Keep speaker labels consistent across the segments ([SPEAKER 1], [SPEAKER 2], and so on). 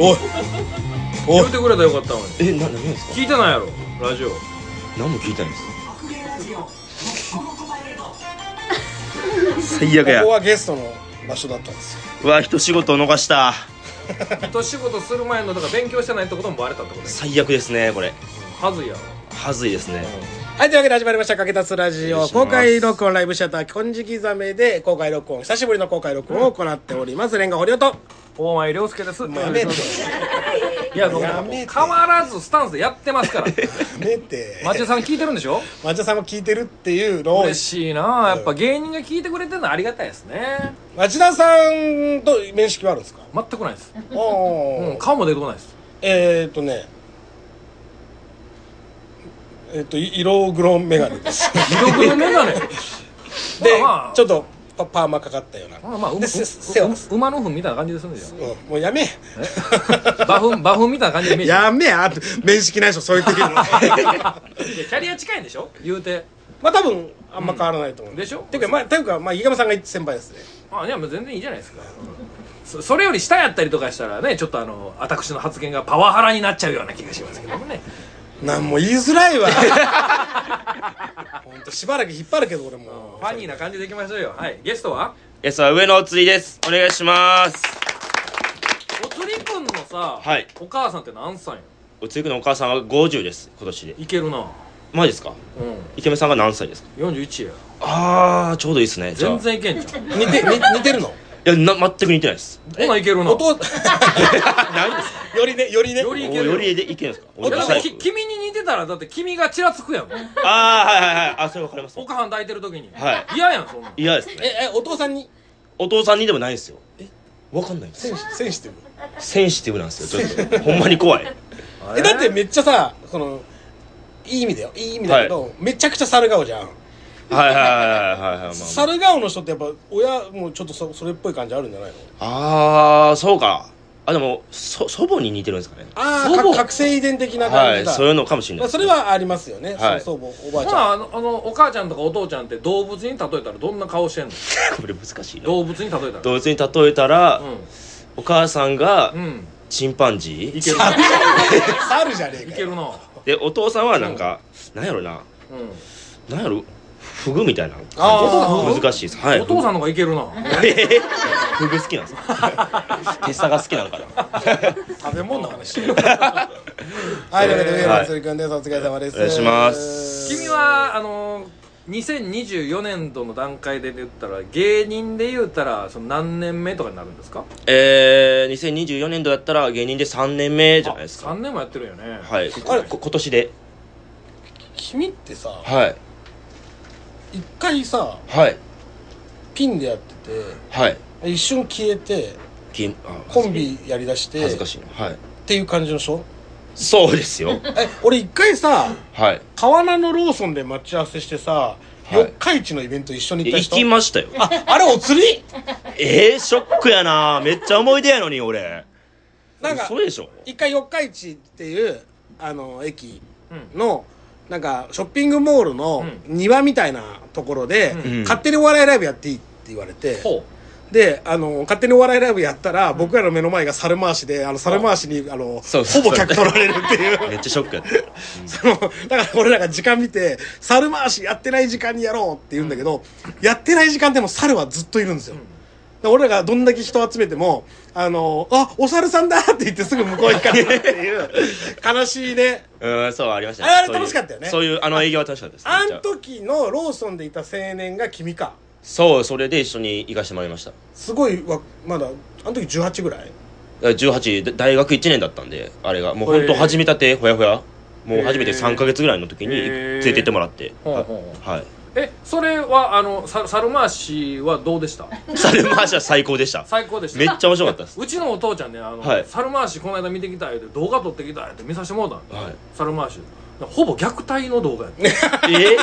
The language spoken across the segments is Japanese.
[SPEAKER 1] おいお
[SPEAKER 2] 言
[SPEAKER 1] いう
[SPEAKER 2] てくれたらよかったのに
[SPEAKER 1] えな何ですか
[SPEAKER 2] 聞いてないやろラジオ
[SPEAKER 1] 何も聞いてないです最悪や
[SPEAKER 3] ここはゲストの場所だったんですよ
[SPEAKER 1] うわ一仕事逃した
[SPEAKER 2] 一仕事する前のだから勉強してないってこともバレたってことです
[SPEAKER 1] 最悪ですねこれ
[SPEAKER 2] はずいやろ
[SPEAKER 1] はずいですね
[SPEAKER 3] はいというわけで始まりました「かけたつラジ
[SPEAKER 1] お願
[SPEAKER 3] オ
[SPEAKER 1] い」します
[SPEAKER 3] 公開録音ライブシアター金色ザメで公開録音久しぶりの公開録音を行っております、レンガ堀尾と
[SPEAKER 2] 大前涼介です
[SPEAKER 3] や めて
[SPEAKER 2] いや僕
[SPEAKER 3] やめて
[SPEAKER 2] 変わらずスタンスでやってますから
[SPEAKER 3] やめて
[SPEAKER 2] 町田さん聞いてるんでしょ
[SPEAKER 3] 町田さんも聞いてるっていうのを
[SPEAKER 2] 嬉しいなやっぱ芸人が聞いてくれてるのありがたいですね
[SPEAKER 3] 町田さんと面識はあるんですか
[SPEAKER 2] 全くないです、
[SPEAKER 3] お
[SPEAKER 2] うん、
[SPEAKER 3] お
[SPEAKER 2] 顔も出てこないです
[SPEAKER 3] えーっとねえーっとい色黒眼 鏡です
[SPEAKER 2] 色黒メ ガネ
[SPEAKER 3] で、
[SPEAKER 2] まあまあ
[SPEAKER 3] ちょっとパパーマかかったような、
[SPEAKER 2] まあまあ、う
[SPEAKER 3] でせ背は
[SPEAKER 2] うう馬の糞みたいな感じですんですよ。
[SPEAKER 3] うんもうやめ
[SPEAKER 2] 馬糞、馬糞みたいな感じでイメージ。
[SPEAKER 3] やめやあと面識ないでしょそういう時の
[SPEAKER 2] いやキャリア近いんでしょ言うて。
[SPEAKER 3] まあ多分あんま変わらないと思う、
[SPEAKER 2] うんでしょ
[SPEAKER 3] ていうかまあていうかまあ飯山さんが先輩ですね
[SPEAKER 2] あ、いや、もう全然いいじゃないですか。そそれより下やったりとかしたらね、ちょっとあの、私の発言がパワハラになっちゃうような気がしますけどもね。
[SPEAKER 3] なんも言いづら いわ本当しばらく引っ張るけど俺も
[SPEAKER 2] ファニーな感じでいきましょうよ。はい。ゲストは
[SPEAKER 1] ゲストは上野お釣りですお願いします
[SPEAKER 2] おつりくんのさ、
[SPEAKER 1] はい
[SPEAKER 2] お母さんって何歳よ
[SPEAKER 1] お釣りくんのお母さんは50です今年で
[SPEAKER 2] いけるな。
[SPEAKER 1] マジですか
[SPEAKER 2] う
[SPEAKER 1] イケメンさんが何歳ですか
[SPEAKER 2] ん。41や。
[SPEAKER 1] ああちょうどいいですねじゃあ
[SPEAKER 2] 全然いけんじゃん。
[SPEAKER 3] 似て似似てるの
[SPEAKER 1] いやな全く似てないです
[SPEAKER 2] ほないけるな。
[SPEAKER 3] お父
[SPEAKER 1] 何 ですか
[SPEAKER 3] よりねよりね
[SPEAKER 2] よりい
[SPEAKER 1] お
[SPEAKER 2] ける
[SPEAKER 1] よ
[SPEAKER 2] よ。
[SPEAKER 1] りでいけるんですか
[SPEAKER 2] いやだってき
[SPEAKER 1] お
[SPEAKER 2] 君に似てたらだって君がちらつくやん
[SPEAKER 1] ああはいはいはいあそれわかります
[SPEAKER 2] お母さん抱いてる時に
[SPEAKER 1] はい
[SPEAKER 2] 嫌やんそんなん
[SPEAKER 1] 嫌ですね
[SPEAKER 3] ええお父さんに
[SPEAKER 1] お父さんにでもないですよえわかんないんです
[SPEAKER 3] センシセンシティブ
[SPEAKER 1] センシティブなんですよちょっとほんまに怖い
[SPEAKER 3] えだってめっちゃさそのいい意味だよいい意味だけど、めちゃくちゃ猿顔じゃん、
[SPEAKER 1] はいはいはいはいはい、まあま
[SPEAKER 3] 猿顔の人ってやっぱ親もちょっとそそれっぽい感じあるんじゃないの
[SPEAKER 1] あ、あーそうかあでもそ祖母に似てるんですかね
[SPEAKER 3] あ
[SPEAKER 1] 祖
[SPEAKER 3] あ
[SPEAKER 1] 母
[SPEAKER 3] 覚醒遺伝的な感
[SPEAKER 1] は
[SPEAKER 3] じ
[SPEAKER 1] い
[SPEAKER 3] だ、
[SPEAKER 1] そういうのかもしれな
[SPEAKER 3] まあ、
[SPEAKER 1] い
[SPEAKER 3] それはありますよね、
[SPEAKER 1] はい
[SPEAKER 3] そうそうおばあち
[SPEAKER 2] ほな
[SPEAKER 3] ゃん
[SPEAKER 2] あのあのお母ちゃんとかお父ちゃんって動物に例えたらどんな顔してんの
[SPEAKER 1] これ難しいな
[SPEAKER 2] 動物に例えたら
[SPEAKER 1] 動物に例えたら、
[SPEAKER 2] う
[SPEAKER 1] お母さんが
[SPEAKER 2] んうん
[SPEAKER 1] チンパンジ
[SPEAKER 2] い
[SPEAKER 1] ー
[SPEAKER 2] けるな
[SPEAKER 3] 猿じゃねえ
[SPEAKER 2] い
[SPEAKER 3] か
[SPEAKER 2] け
[SPEAKER 3] よ
[SPEAKER 2] るなうん
[SPEAKER 1] でお父さんはなんか、なんやろななんやろフグみたいな感じです
[SPEAKER 3] あ
[SPEAKER 2] ー
[SPEAKER 1] 難しいですはい
[SPEAKER 2] お 父さんの方がいけるな
[SPEAKER 1] フグ好きなんですか手下が好きなのかな
[SPEAKER 3] 食べ物の話してるはいというわけで上松井君ですお疲れ様です
[SPEAKER 1] お願いします
[SPEAKER 2] 君はあのー2024年度の段階で言ったら芸人で言うたらその何年目とかになるんですか
[SPEAKER 1] えー、2024年度だったら芸人で3年目じゃないです
[SPEAKER 2] あ
[SPEAKER 1] か
[SPEAKER 2] 3年もやってるよね
[SPEAKER 1] はいここ今年で
[SPEAKER 3] 君ってさ
[SPEAKER 1] はい
[SPEAKER 3] 一回さ
[SPEAKER 1] はい
[SPEAKER 3] ピンでやって
[SPEAKER 1] はい
[SPEAKER 3] て一瞬消えて
[SPEAKER 1] きあ
[SPEAKER 3] コンビやりだして
[SPEAKER 1] 恥ずかしいなはい
[SPEAKER 3] っていう感じの人
[SPEAKER 1] そうです よ
[SPEAKER 3] え俺一回さ
[SPEAKER 1] はい
[SPEAKER 3] 川名のローソンで待ち合わせしてさ、
[SPEAKER 1] い
[SPEAKER 3] 四日市のイベント一緒に行った
[SPEAKER 1] 行
[SPEAKER 3] 人
[SPEAKER 1] きましたよ
[SPEAKER 3] ああれお釣り
[SPEAKER 1] えー、ショックやなめっちゃ思い出やのに俺
[SPEAKER 3] なんか
[SPEAKER 1] それでしょ
[SPEAKER 3] 一回四日市っていうあの駅
[SPEAKER 2] うん
[SPEAKER 3] のなんかショッピングモールの
[SPEAKER 2] う
[SPEAKER 3] 庭みたいなところで、
[SPEAKER 1] うん
[SPEAKER 3] 勝手にお笑いライブやっていいって言われて、
[SPEAKER 2] ほ
[SPEAKER 3] であの勝手にお笑いライブやったら、僕らの目の前が猿回しであの猿回しにあの
[SPEAKER 1] そうそう
[SPEAKER 3] ほぼ客取られるっていう。
[SPEAKER 1] めっちゃショックやった
[SPEAKER 3] その、だから俺らが時間見て、猿回しやってない時間にやろうって言うんだけど、やってない時間でも猿はずっといるんですよ。で俺らがどんだけ人集めても、あの、あ、お猿さんだって言ってすぐ向こう行かれるっていう、悲しいね。
[SPEAKER 1] うんそうありました
[SPEAKER 3] あれ
[SPEAKER 1] そういう
[SPEAKER 3] 楽しかったよね
[SPEAKER 1] そういうあの営業は楽しかったです
[SPEAKER 3] あ
[SPEAKER 1] めっ
[SPEAKER 3] ん
[SPEAKER 1] ちゃ
[SPEAKER 3] 時のローソンでいた青年が君か。
[SPEAKER 1] そうそれで一緒に行かしてもらいました
[SPEAKER 3] すごいわ、まだ、あの時18ぐら い
[SPEAKER 1] 18で大学1年だったんであれがもう本当始めたてほやほやもう初めて3か月ぐらいの時に
[SPEAKER 2] へー
[SPEAKER 1] 連れて行ってもらって
[SPEAKER 2] ほうほうほ
[SPEAKER 1] は
[SPEAKER 2] えそれはあのさ猿回しはどうでした
[SPEAKER 1] い猿回しは最高で した
[SPEAKER 2] 最高でした
[SPEAKER 1] めっちゃ面白かったです
[SPEAKER 2] うちのお父ちゃんねあの、
[SPEAKER 1] はい
[SPEAKER 2] 猿回しこの間見てきた言うて動画撮ってきた言うて見させてもらったん、
[SPEAKER 1] はい
[SPEAKER 2] 猿回しほぼ虐待の動画やった
[SPEAKER 1] え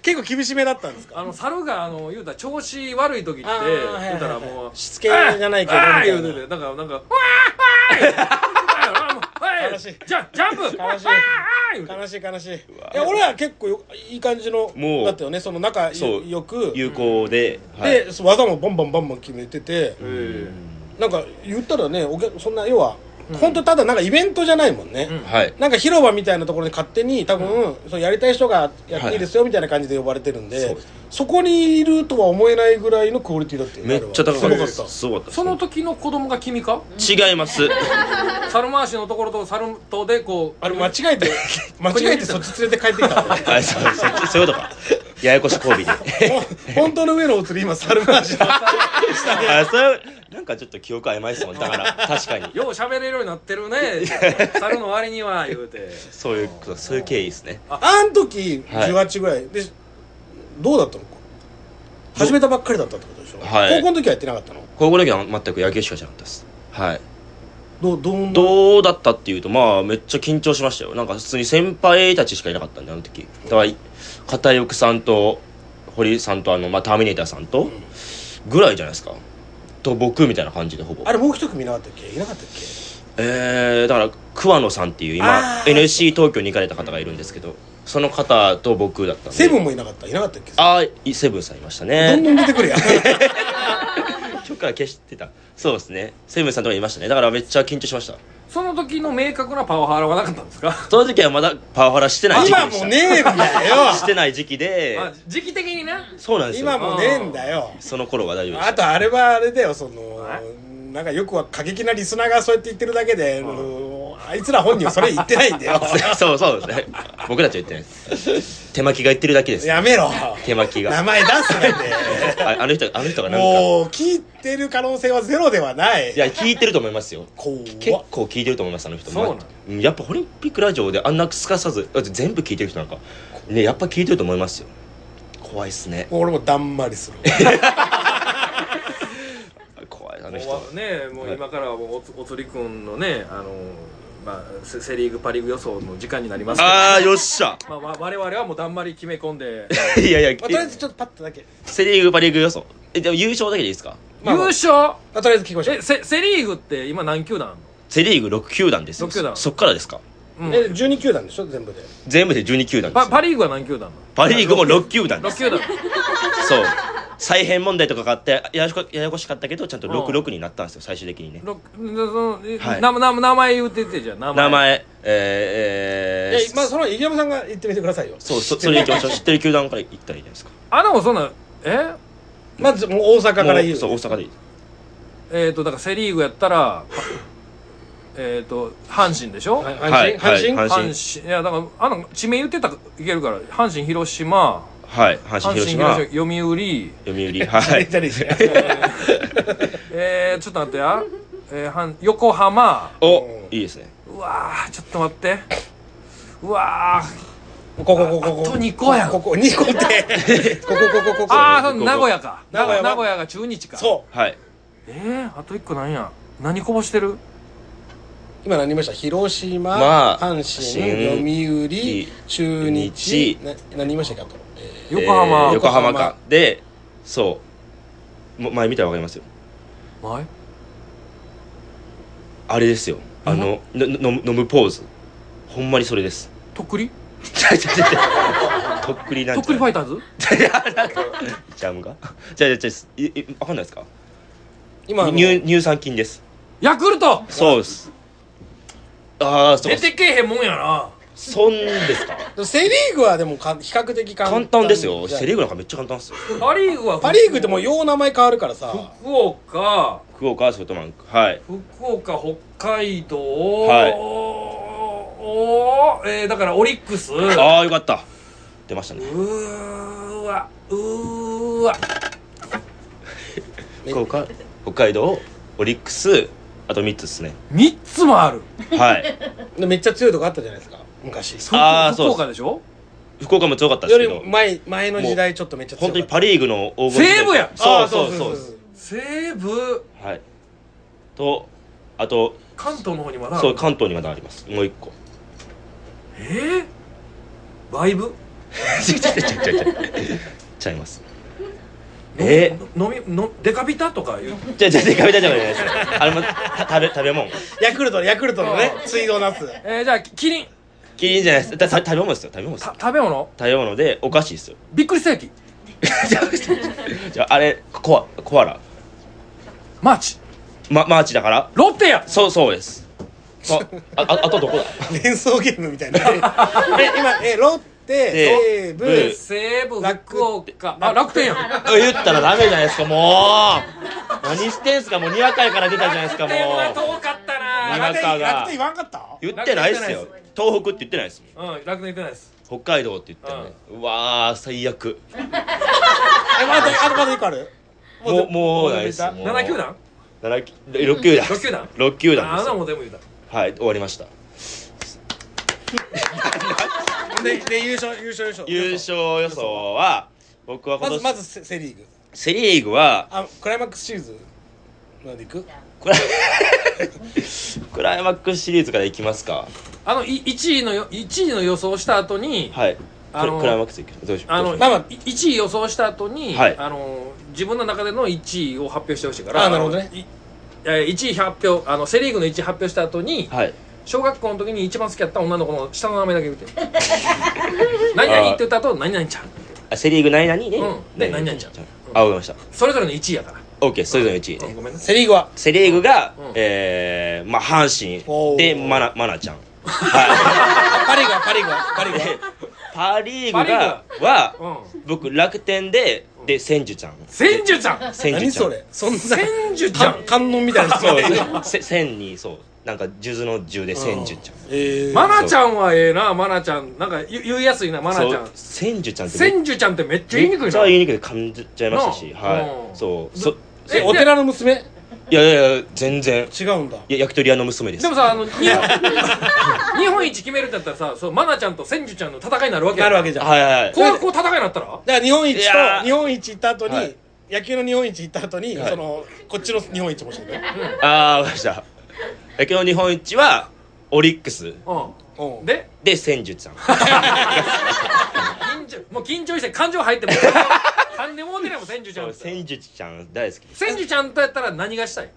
[SPEAKER 3] 結構厳しめだったんですか
[SPEAKER 2] あの猿があの言うたら調子悪い時って
[SPEAKER 3] あーはいはいはい
[SPEAKER 2] 言うたらもう
[SPEAKER 3] しつけじゃないけど、み
[SPEAKER 2] あ
[SPEAKER 3] た
[SPEAKER 2] ー言う
[SPEAKER 3] い
[SPEAKER 2] て
[SPEAKER 3] な。
[SPEAKER 2] てなんかなんかわーわー
[SPEAKER 3] 悲
[SPEAKER 2] 悲
[SPEAKER 3] しい
[SPEAKER 2] じゃジャンプわーわ
[SPEAKER 3] 悲しい
[SPEAKER 2] ー言うて
[SPEAKER 3] 悲しい悲しい。いや、俺ら結構よいい感じの、
[SPEAKER 1] もう
[SPEAKER 3] だったよね、その仲
[SPEAKER 1] そう
[SPEAKER 3] よく。
[SPEAKER 1] 有効で、はい、
[SPEAKER 3] で、技もバンバンバンバン決めてて、
[SPEAKER 2] え
[SPEAKER 3] なんか言ったらねお客そんな要は本当ただなんかイベントじゃないもんね、
[SPEAKER 2] うん
[SPEAKER 1] はい
[SPEAKER 3] なんか広場みたいなところに勝手に多分、そうやりたい人がやっていいですよみたいな感じで呼ばれてるんで、
[SPEAKER 1] そうです
[SPEAKER 3] そこにいるとは思えないぐらいのクオリティだって
[SPEAKER 1] めっちゃ高かったです
[SPEAKER 3] すごかっ
[SPEAKER 1] すごかったです
[SPEAKER 2] その時の子供が君か
[SPEAKER 1] 違います
[SPEAKER 2] 猿回しのところと猿とでこ
[SPEAKER 3] たあれ間違えて 間違えてそっち連れて帰ってきたの
[SPEAKER 1] はいそうそっちそういうことかややこしい交尾で
[SPEAKER 3] ほん 本当の上のお釣り今猿回しだ
[SPEAKER 1] あそれなんかちょっと記憶曖昧ですもんだから確かに
[SPEAKER 2] うよう喋れるようになってるね猿の割には言うて
[SPEAKER 1] そういうことそういう経緯ですね
[SPEAKER 3] あん時
[SPEAKER 1] はい
[SPEAKER 3] 18ぐらいでどうだったの始めたばっかりだったってことでしょ、
[SPEAKER 1] はい
[SPEAKER 3] 高校の時はやってなかったの
[SPEAKER 1] 高校の時は全く野球しかしなかったですはい
[SPEAKER 3] どうどんな
[SPEAKER 1] どうだったっていうとまあめっちゃ緊張しましたよなんか普通に先輩たちしかいなかったんであの時だから片翼さんと堀さんとあの、まあ、ターミネーターさんとぐらいじゃないですかと僕みたいな感じでほぼ
[SPEAKER 3] あれもう一組いなかったっけいなかったっけ
[SPEAKER 1] えー、だから桑野さんっていう今
[SPEAKER 3] あー
[SPEAKER 1] NSC 東京に行かれた方がいるんですけどその方と僕だったんで
[SPEAKER 3] セブンもいなかったいなかったっけ
[SPEAKER 1] ああセブンさんいました
[SPEAKER 3] どん
[SPEAKER 1] ね
[SPEAKER 3] どん出てく るやん
[SPEAKER 1] 今日から消してたそうですねセブンさんとかいましたねだからめっちゃ緊張しました
[SPEAKER 2] その時の明確なパワハラはなかったんですか
[SPEAKER 1] その時はまだパワハラしてない時期
[SPEAKER 3] 今
[SPEAKER 1] でし
[SPEAKER 3] も
[SPEAKER 1] た
[SPEAKER 3] うねえんだ よ
[SPEAKER 1] してない時期で
[SPEAKER 2] あ時期的にね
[SPEAKER 1] そうなんですよ
[SPEAKER 3] 今もうねえんだよ
[SPEAKER 1] その頃は大丈夫でし
[SPEAKER 3] あとあれはあれだよその
[SPEAKER 2] はい
[SPEAKER 3] なんかよくは過激なリスナーがそうやって言ってるだけでうんあいつら本人はそれ言ってないんだ よ
[SPEAKER 1] た そうそうですね僕たちは言ってないです手巻きが言ってるだけです
[SPEAKER 3] や めろ
[SPEAKER 1] 手巻き
[SPEAKER 3] 名
[SPEAKER 1] が
[SPEAKER 3] 前出すなん
[SPEAKER 1] ああの人あの人が
[SPEAKER 3] て
[SPEAKER 1] なんか
[SPEAKER 3] もう聞いてる可能性はゼロではない
[SPEAKER 1] いや聞いてると思いますよ
[SPEAKER 3] 怖
[SPEAKER 1] 結
[SPEAKER 3] っ
[SPEAKER 1] 構聞いてると思いますあの人
[SPEAKER 2] そうなの
[SPEAKER 1] うんやっぱオリンピックラジオであんなすかさずだって全部聞いてる人なんかねやっぱ聞いてると思いますよ怖いっすね
[SPEAKER 3] 俺もだんまりす る
[SPEAKER 1] 怖いあ
[SPEAKER 2] も
[SPEAKER 1] の人
[SPEAKER 2] うねもう今からはもうおつおつりくんのねあのまあセセリーグパリーグ予想の時間になりますけど
[SPEAKER 1] ああよっしゃ
[SPEAKER 2] まあわ我々はもうだんまり決め込んで
[SPEAKER 1] いやいや
[SPEAKER 3] まあとりあえずちょっとパッとだけ
[SPEAKER 1] セ・リーグパ・リーグ予想えでも優勝だけでいいですか
[SPEAKER 3] まあ
[SPEAKER 2] 優
[SPEAKER 3] まあ
[SPEAKER 2] 勝
[SPEAKER 3] まあとりあえず聞きましょう
[SPEAKER 2] えセセリーグって今何球団あんの
[SPEAKER 1] セ・リーグ6球団ですよ
[SPEAKER 2] 六球団
[SPEAKER 1] そっからですか
[SPEAKER 2] うん
[SPEAKER 3] え12球団でしょ全部で
[SPEAKER 1] 全部で12球団です
[SPEAKER 2] パ
[SPEAKER 1] よ
[SPEAKER 2] パ・リーグは何球団な
[SPEAKER 1] パ・リーグも6球団
[SPEAKER 2] の
[SPEAKER 1] で
[SPEAKER 2] ?6
[SPEAKER 1] す
[SPEAKER 2] 球団
[SPEAKER 1] そう再編問題とかがあってややこしややこしかったけどちゃんと
[SPEAKER 2] うん
[SPEAKER 1] 66になったんですよ最終的にね
[SPEAKER 2] 六そのえ
[SPEAKER 1] はい
[SPEAKER 2] なな名前言っててじゃあ名前
[SPEAKER 1] 名前えー、え
[SPEAKER 3] え
[SPEAKER 1] ー
[SPEAKER 3] まあその入山さんが言ってみてくださいよ
[SPEAKER 1] そう そそれいきましょう知ってる球団から行ったらいいじゃないですか
[SPEAKER 2] あでもそんなえ
[SPEAKER 3] まずもう大阪から
[SPEAKER 1] も
[SPEAKER 3] 言う
[SPEAKER 1] うそう大阪でいい
[SPEAKER 2] えっ、とだからセ・リーグやったらパえっ、と阪神でしょ、
[SPEAKER 3] はい
[SPEAKER 1] はいはい
[SPEAKER 3] 阪神阪神
[SPEAKER 1] 阪神
[SPEAKER 2] 阪神いやだからあの地名言ってたらいけるから阪神広島
[SPEAKER 1] はい阪神広島読
[SPEAKER 2] 読売
[SPEAKER 1] 売は い
[SPEAKER 3] じゃあいいですね
[SPEAKER 2] えー、ちょっと待ってや、えー、はん横浜
[SPEAKER 1] おいいですね
[SPEAKER 2] うわーちょっと待ってうわー
[SPEAKER 3] ここここここ
[SPEAKER 2] あと二個やん
[SPEAKER 3] こ こ2個ってここここここ
[SPEAKER 2] ああ
[SPEAKER 1] ここ
[SPEAKER 2] 名古屋か
[SPEAKER 3] 名古屋は
[SPEAKER 2] 名古屋が中日かう
[SPEAKER 3] そう
[SPEAKER 1] はい
[SPEAKER 2] えー、あと一個なんや何こぼしてる
[SPEAKER 3] 今何言いました広島、
[SPEAKER 1] まあ
[SPEAKER 3] 阪神読売中日
[SPEAKER 1] 日
[SPEAKER 3] な何言いましたかと、え
[SPEAKER 2] 横浜、
[SPEAKER 1] えー横浜
[SPEAKER 3] 横浜
[SPEAKER 1] かでそうも前見たらわかりますよ
[SPEAKER 2] はい
[SPEAKER 1] あれですよあののの飲むポーズほんまにそれです
[SPEAKER 2] とっくり
[SPEAKER 1] ちゃちゃちゃちゃとっくりなん
[SPEAKER 2] とっくりファイターズ
[SPEAKER 1] イジャム がじゃじゃじゃいいわかんないですか
[SPEAKER 3] ー今あの
[SPEAKER 1] 乳乳酸菌です
[SPEAKER 2] ヤクルト
[SPEAKER 1] そうですああそう
[SPEAKER 2] 出てけえへんもんやな
[SPEAKER 1] そんですか
[SPEAKER 3] セ・リーグはでもか比較的簡単
[SPEAKER 1] 簡単ですよセ・リー
[SPEAKER 3] グ
[SPEAKER 1] グなんかめっちゃ簡単ですよ
[SPEAKER 2] パ・リーグは
[SPEAKER 3] パ・リーグってもうよう名前変わるからさ
[SPEAKER 2] 福岡
[SPEAKER 1] 福岡ソフトバンクはい
[SPEAKER 2] 福岡北海道
[SPEAKER 1] はい
[SPEAKER 2] おーえー、だからオリックスうー
[SPEAKER 1] ああよかった出ましたね
[SPEAKER 2] わうーわ
[SPEAKER 1] 福岡北海道オリックスあと3つですね
[SPEAKER 2] 3つもある
[SPEAKER 1] はい
[SPEAKER 3] めっちゃ強いとこあったじゃないですか昔
[SPEAKER 2] そ
[SPEAKER 1] あー
[SPEAKER 2] 福岡でしょ
[SPEAKER 1] 福岡も強かったです
[SPEAKER 3] よ
[SPEAKER 1] け
[SPEAKER 3] り
[SPEAKER 1] ど
[SPEAKER 3] 前前の時代ちょっとめっちゃ強
[SPEAKER 1] 本
[SPEAKER 3] い
[SPEAKER 1] 当にパ・リーグの黄金時代
[SPEAKER 2] 西武や
[SPEAKER 1] そうそうそうです
[SPEAKER 2] 西武
[SPEAKER 1] はいとあと
[SPEAKER 2] 関東の方にまだある
[SPEAKER 1] そう関東にまだありますもう一個
[SPEAKER 2] えー、バイブ
[SPEAKER 1] ちゃちゃちゃちゃちゃちゃいますえ
[SPEAKER 2] 飲みのデカビタとか言う
[SPEAKER 1] じゃじゃでかめたじゃないですあれもた食べ食べ物
[SPEAKER 3] ヤクルトヤクルトのね
[SPEAKER 2] あ
[SPEAKER 3] 水道ナ ス
[SPEAKER 2] えー、じゃあキリン
[SPEAKER 1] キリンじゃないですだ食べ物ですよ食べ物です
[SPEAKER 2] た
[SPEAKER 1] よ
[SPEAKER 2] 食べ物
[SPEAKER 1] 食べ物でお菓子ですよ
[SPEAKER 2] びっくりステーキ
[SPEAKER 1] じゃああれコアコアラ
[SPEAKER 2] マーチ
[SPEAKER 1] まマーチだから
[SPEAKER 2] ロッテや
[SPEAKER 1] そうそうですあああとどこだ
[SPEAKER 3] 連想ゲームみたいな え今えロッテ西
[SPEAKER 1] で
[SPEAKER 3] 武
[SPEAKER 2] 西武
[SPEAKER 3] 楽
[SPEAKER 2] 福岡あ楽天やん
[SPEAKER 1] あ言ったらダメじゃないですかもう何してんすかもうにわかやから出たじゃないですかも
[SPEAKER 2] 楽天は
[SPEAKER 1] う
[SPEAKER 2] 遠かった
[SPEAKER 1] に
[SPEAKER 2] な
[SPEAKER 1] わ
[SPEAKER 3] 楽
[SPEAKER 1] か
[SPEAKER 3] 天
[SPEAKER 1] が
[SPEAKER 3] 楽天言わんかった
[SPEAKER 1] 言ってないっすよ東北って言ってないっすもん
[SPEAKER 2] うん楽天行ってないです
[SPEAKER 1] 北海道って言ったよねうわー最悪
[SPEAKER 3] えまだあとまだ一個ある
[SPEAKER 1] もうもう
[SPEAKER 3] もう
[SPEAKER 1] ないっす
[SPEAKER 3] もう
[SPEAKER 1] もう
[SPEAKER 2] 7球団
[SPEAKER 1] 7き6球団
[SPEAKER 2] 6球団
[SPEAKER 1] 6球団
[SPEAKER 2] あ
[SPEAKER 1] です
[SPEAKER 2] あな
[SPEAKER 1] よ
[SPEAKER 2] もう全部言うた
[SPEAKER 1] はい終わりました
[SPEAKER 3] でで優勝優勝優勝
[SPEAKER 1] 優勝予想は僕は今
[SPEAKER 3] まず
[SPEAKER 1] 年
[SPEAKER 3] まずセセリーグ
[SPEAKER 1] セ・リーグは
[SPEAKER 3] あクライマックスシリーズまでいく
[SPEAKER 1] クライ クライマックスシリーズからいきますか
[SPEAKER 2] あのい1位のよ1位の予想した後に
[SPEAKER 1] はいクラ
[SPEAKER 2] あの
[SPEAKER 1] クライマックスいきますどうしよう
[SPEAKER 2] あの、
[SPEAKER 1] どうし
[SPEAKER 3] ま
[SPEAKER 1] よ
[SPEAKER 3] あまあ
[SPEAKER 2] 1位予想した後に、
[SPEAKER 1] はい
[SPEAKER 2] あの自分の中での1位を発表してほしいから
[SPEAKER 3] あなるほどね
[SPEAKER 2] いえー1位発表あのセ・リーグの1位発表した後に
[SPEAKER 1] うはい
[SPEAKER 2] 小学校の時に一番好きだった女の子の下の名前だけ言って何々って言った後何々ちゃん
[SPEAKER 1] あセ・リーグ何々ね、
[SPEAKER 2] うんで何々ちゃん
[SPEAKER 1] あわかりました
[SPEAKER 2] それぞれの1位やから、
[SPEAKER 1] OK それぞれの1位
[SPEAKER 2] う
[SPEAKER 1] ね
[SPEAKER 2] んごめんなさい
[SPEAKER 3] セリーグは
[SPEAKER 1] セ・リーグが、
[SPEAKER 2] うん
[SPEAKER 1] えー、まあ阪
[SPEAKER 3] お
[SPEAKER 1] 神で
[SPEAKER 3] ー
[SPEAKER 1] マナマナちゃんはい
[SPEAKER 3] パリーグはパリーグはパリーグは
[SPEAKER 1] パ・リー
[SPEAKER 2] パ
[SPEAKER 1] グ
[SPEAKER 2] リー
[SPEAKER 1] が
[SPEAKER 2] グ
[SPEAKER 1] は
[SPEAKER 2] うん
[SPEAKER 1] 僕楽天でで千住ちゃん
[SPEAKER 2] 千住ちゃん
[SPEAKER 1] 千住
[SPEAKER 3] 何
[SPEAKER 1] ちゃ
[SPEAKER 3] そ
[SPEAKER 1] ん
[SPEAKER 3] れそんな
[SPEAKER 2] 千住 ちゃ
[SPEAKER 3] 観
[SPEAKER 2] ん
[SPEAKER 3] 観音みたいな
[SPEAKER 1] そう せ千にそうなんか数珠の十で千住ちゃん
[SPEAKER 3] えー
[SPEAKER 2] マナちゃんはええなマナちゃんなんか言言いやすいなマナちゃ
[SPEAKER 1] そうん千住ちゃんってめっ
[SPEAKER 2] 千住ちゃんってめっちゃ言いにく
[SPEAKER 1] めっ
[SPEAKER 2] い
[SPEAKER 1] ち
[SPEAKER 2] な
[SPEAKER 1] ゃ言いにくい噛んじゃいましたし
[SPEAKER 2] なあ
[SPEAKER 1] は
[SPEAKER 2] うん
[SPEAKER 1] いそうそ
[SPEAKER 3] えお寺の娘
[SPEAKER 1] いやいやいや全然
[SPEAKER 3] 違うんだ
[SPEAKER 1] いや焼き鳥屋の娘です
[SPEAKER 2] でもさ、あの、日本日本一決めるんだったらさ、そう、マナちゃんと千住ちゃんの戦いになるわけや
[SPEAKER 3] なるわけじゃん
[SPEAKER 1] はいはい
[SPEAKER 2] こう、こう戦いになったら
[SPEAKER 3] だから日本
[SPEAKER 1] い
[SPEAKER 3] 一
[SPEAKER 1] やー
[SPEAKER 3] と日本一行った後に、
[SPEAKER 1] はい
[SPEAKER 3] 野球の日本一行った後に、
[SPEAKER 1] はい
[SPEAKER 3] そのこっちの日本一もしてるね、
[SPEAKER 1] ああわかりました野球の日本一はオリックス
[SPEAKER 3] うん
[SPEAKER 2] うん。で、
[SPEAKER 1] で千住ちゃん
[SPEAKER 2] 緊張、もう緊張して感情入 っても、勘でもうてないもん、千住ちゃん。千
[SPEAKER 1] 千住ちゃん大好きです
[SPEAKER 2] 住ちゃんとやったら何がしたい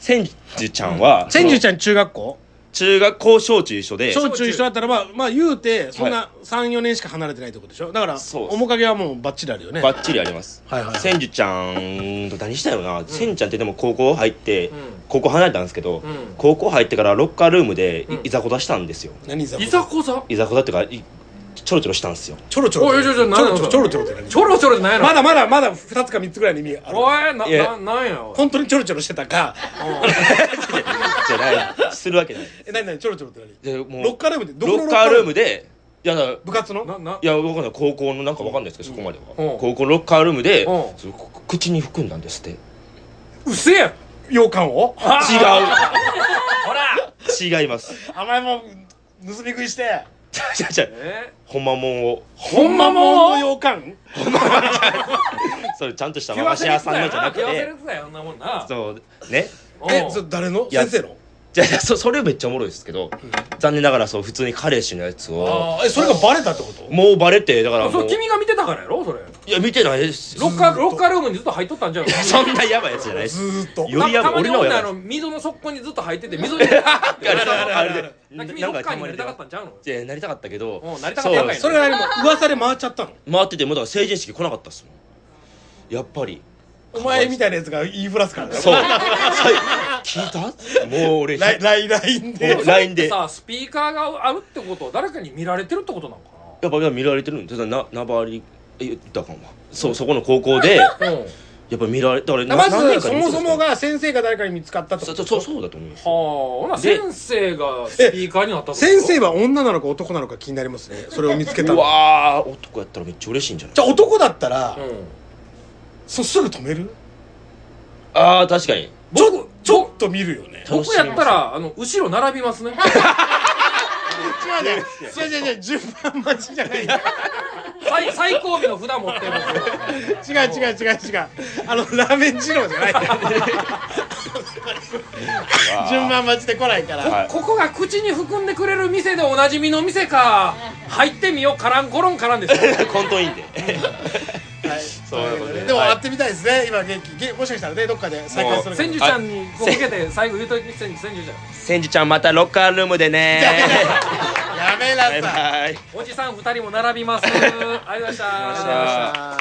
[SPEAKER 1] 千住ちゃんは
[SPEAKER 3] 千住ち
[SPEAKER 1] ゃん
[SPEAKER 3] ゃん中学校
[SPEAKER 1] 中学校小中一緒で
[SPEAKER 3] 小中一緒だったらまあまあ言うてそんな34年しか離れてないってことでしょだから
[SPEAKER 1] そう
[SPEAKER 3] 面影はもうバッチリあるよね
[SPEAKER 1] バッチリあります
[SPEAKER 3] はいはいはい
[SPEAKER 1] 千住ちゃんと何したよな千住ちゃんってでも高校入って
[SPEAKER 2] ん
[SPEAKER 1] 高校離れたんですけど
[SPEAKER 2] ん
[SPEAKER 1] 高校入ってからロッカールームで
[SPEAKER 2] うん
[SPEAKER 1] いいざこだしたんですよ
[SPEAKER 3] 何さ
[SPEAKER 2] いざこざ
[SPEAKER 1] いざこだっていうかいちょろちょろしたんですよ
[SPEAKER 3] ちょろちょ
[SPEAKER 2] お
[SPEAKER 3] ろ
[SPEAKER 2] いちょいちょい何
[SPEAKER 3] ちょろちょろちょろって
[SPEAKER 2] ちょろちょろってなんや
[SPEAKER 3] 何
[SPEAKER 2] ろ
[SPEAKER 3] まだまだまだ2つか3つぐらいの意味がある
[SPEAKER 2] おい、な、
[SPEAKER 1] いや
[SPEAKER 2] な、なんやおい
[SPEAKER 3] 本当にちょろちょろしてたか
[SPEAKER 1] じゃないするわけ ない
[SPEAKER 3] え何何ちょろちょろって
[SPEAKER 1] でも
[SPEAKER 3] 何
[SPEAKER 1] う
[SPEAKER 3] ロッカールームってどこ
[SPEAKER 1] ロ
[SPEAKER 3] の
[SPEAKER 1] ッカールーム
[SPEAKER 3] ム
[SPEAKER 1] でいやだから
[SPEAKER 3] 部活の
[SPEAKER 2] な、な、
[SPEAKER 1] いやわかんない高校のなんかわかんないですけどそこまで
[SPEAKER 2] うん
[SPEAKER 1] は高校のロッカールームで
[SPEAKER 2] うん
[SPEAKER 1] それこ口に含んだんですって違
[SPEAKER 2] うせやん
[SPEAKER 3] 洋館を
[SPEAKER 2] ほら
[SPEAKER 1] う違います
[SPEAKER 3] 甘いもん盗み食いして
[SPEAKER 1] 違う違う
[SPEAKER 2] え
[SPEAKER 1] ほんまもんを
[SPEAKER 2] ほんまも
[SPEAKER 3] の
[SPEAKER 2] ん
[SPEAKER 3] 洋館
[SPEAKER 1] それちゃんとした和菓子屋さんのじゃなく
[SPEAKER 2] 食わせ
[SPEAKER 1] て
[SPEAKER 2] るやつだよ、そんなもんな。
[SPEAKER 1] そうね
[SPEAKER 3] え
[SPEAKER 2] うん
[SPEAKER 3] それ誰の
[SPEAKER 1] いや
[SPEAKER 3] 先生の
[SPEAKER 1] じゃあそそれめっちゃおもろいですけど、残念ながらそう普通に彼氏のやつを
[SPEAKER 3] あーえそれがバレたってこと
[SPEAKER 1] もうバレてだからも
[SPEAKER 2] そうう君が見てたからやろそれ
[SPEAKER 1] いや見てないです
[SPEAKER 2] ロ
[SPEAKER 1] よ
[SPEAKER 2] ッカーロッカールームにずっと入っとったんじゃん
[SPEAKER 1] そんなやばいやつじゃないで
[SPEAKER 3] ず
[SPEAKER 1] す
[SPEAKER 3] ーっと
[SPEAKER 1] よりやばい
[SPEAKER 2] たま
[SPEAKER 1] 俺
[SPEAKER 2] に
[SPEAKER 1] の方が
[SPEAKER 2] 女
[SPEAKER 1] やば
[SPEAKER 2] あ
[SPEAKER 1] い
[SPEAKER 2] の
[SPEAKER 1] です
[SPEAKER 2] 溝の底にずっと入ってて溝 に
[SPEAKER 1] あれあ
[SPEAKER 3] あ
[SPEAKER 1] れ
[SPEAKER 3] る
[SPEAKER 1] あ
[SPEAKER 3] あ
[SPEAKER 1] れ
[SPEAKER 3] る
[SPEAKER 2] な君ロッカーになりたかったんちゃうの
[SPEAKER 1] いやなりたかったけど
[SPEAKER 2] うんなりたかったやんかいな
[SPEAKER 1] そ
[SPEAKER 3] それが何も噂で回っちゃったの
[SPEAKER 1] う回っててもうだから成人式来なかったっすもんやっぱり
[SPEAKER 3] お前みたいなやつが言いふらすからね
[SPEAKER 1] そうそう聞いたもう俺
[SPEAKER 3] ライライラインで
[SPEAKER 1] もう LINE でやっ
[SPEAKER 2] さスピーカーがあるってことは誰かに見られてるってことなのか
[SPEAKER 1] ぱ見られてるんでな名張りえ言ったらあかんわそうそこの高校 でや
[SPEAKER 2] なうん
[SPEAKER 1] っぱ見られだからな
[SPEAKER 3] ま
[SPEAKER 1] 何
[SPEAKER 3] ず
[SPEAKER 1] 年か
[SPEAKER 3] そ
[SPEAKER 1] に
[SPEAKER 3] も
[SPEAKER 1] 見てたん
[SPEAKER 3] そ
[SPEAKER 1] ですけど
[SPEAKER 3] もが先生が誰かに見つかったって
[SPEAKER 1] そ
[SPEAKER 3] こ
[SPEAKER 1] そ
[SPEAKER 3] と
[SPEAKER 1] そうそうだと思います
[SPEAKER 2] はあほな
[SPEAKER 1] で
[SPEAKER 2] 先生がスピーカーになったってこと
[SPEAKER 3] 先生は女なのか男なのか気になりますねそれを見つけた
[SPEAKER 1] う
[SPEAKER 3] のじゃ
[SPEAKER 1] わー男やったらめっちゃ嬉しいんじゃない
[SPEAKER 3] あ男だったら、
[SPEAKER 2] うん
[SPEAKER 3] そうすぐ止める
[SPEAKER 1] あー確かに
[SPEAKER 3] ちょ
[SPEAKER 2] 僕
[SPEAKER 3] ちょっと見るよね
[SPEAKER 1] 楽しみ
[SPEAKER 2] 僕やったらあの後ろ並びますね
[SPEAKER 3] 違うね違う違う違う順番待ちじゃない違う
[SPEAKER 2] 最最後尾の札持ってます
[SPEAKER 3] 違う違う違うあのラーメン二郎じ ゃない順番待ちで来ないから、
[SPEAKER 1] はい
[SPEAKER 2] ここが口に含んでくれる店でおなじみの店か入ってみようカランコロンカランです よ
[SPEAKER 1] コントイ ンで
[SPEAKER 3] はい
[SPEAKER 1] そういうことで
[SPEAKER 3] でも
[SPEAKER 1] はい
[SPEAKER 3] 会ってみたいですね、今元気げもしかしたらねどっかで再会するかも
[SPEAKER 2] 千住ちゃんにこう受けて最後言うといて千住千住ちゃん
[SPEAKER 1] 千住ちゃんまたロッカールームでね
[SPEAKER 3] やめな
[SPEAKER 1] バイ
[SPEAKER 3] さい
[SPEAKER 1] バイ
[SPEAKER 2] おじさん二人も並びます。ありがとうございました。
[SPEAKER 1] ありがとうございました
[SPEAKER 3] あー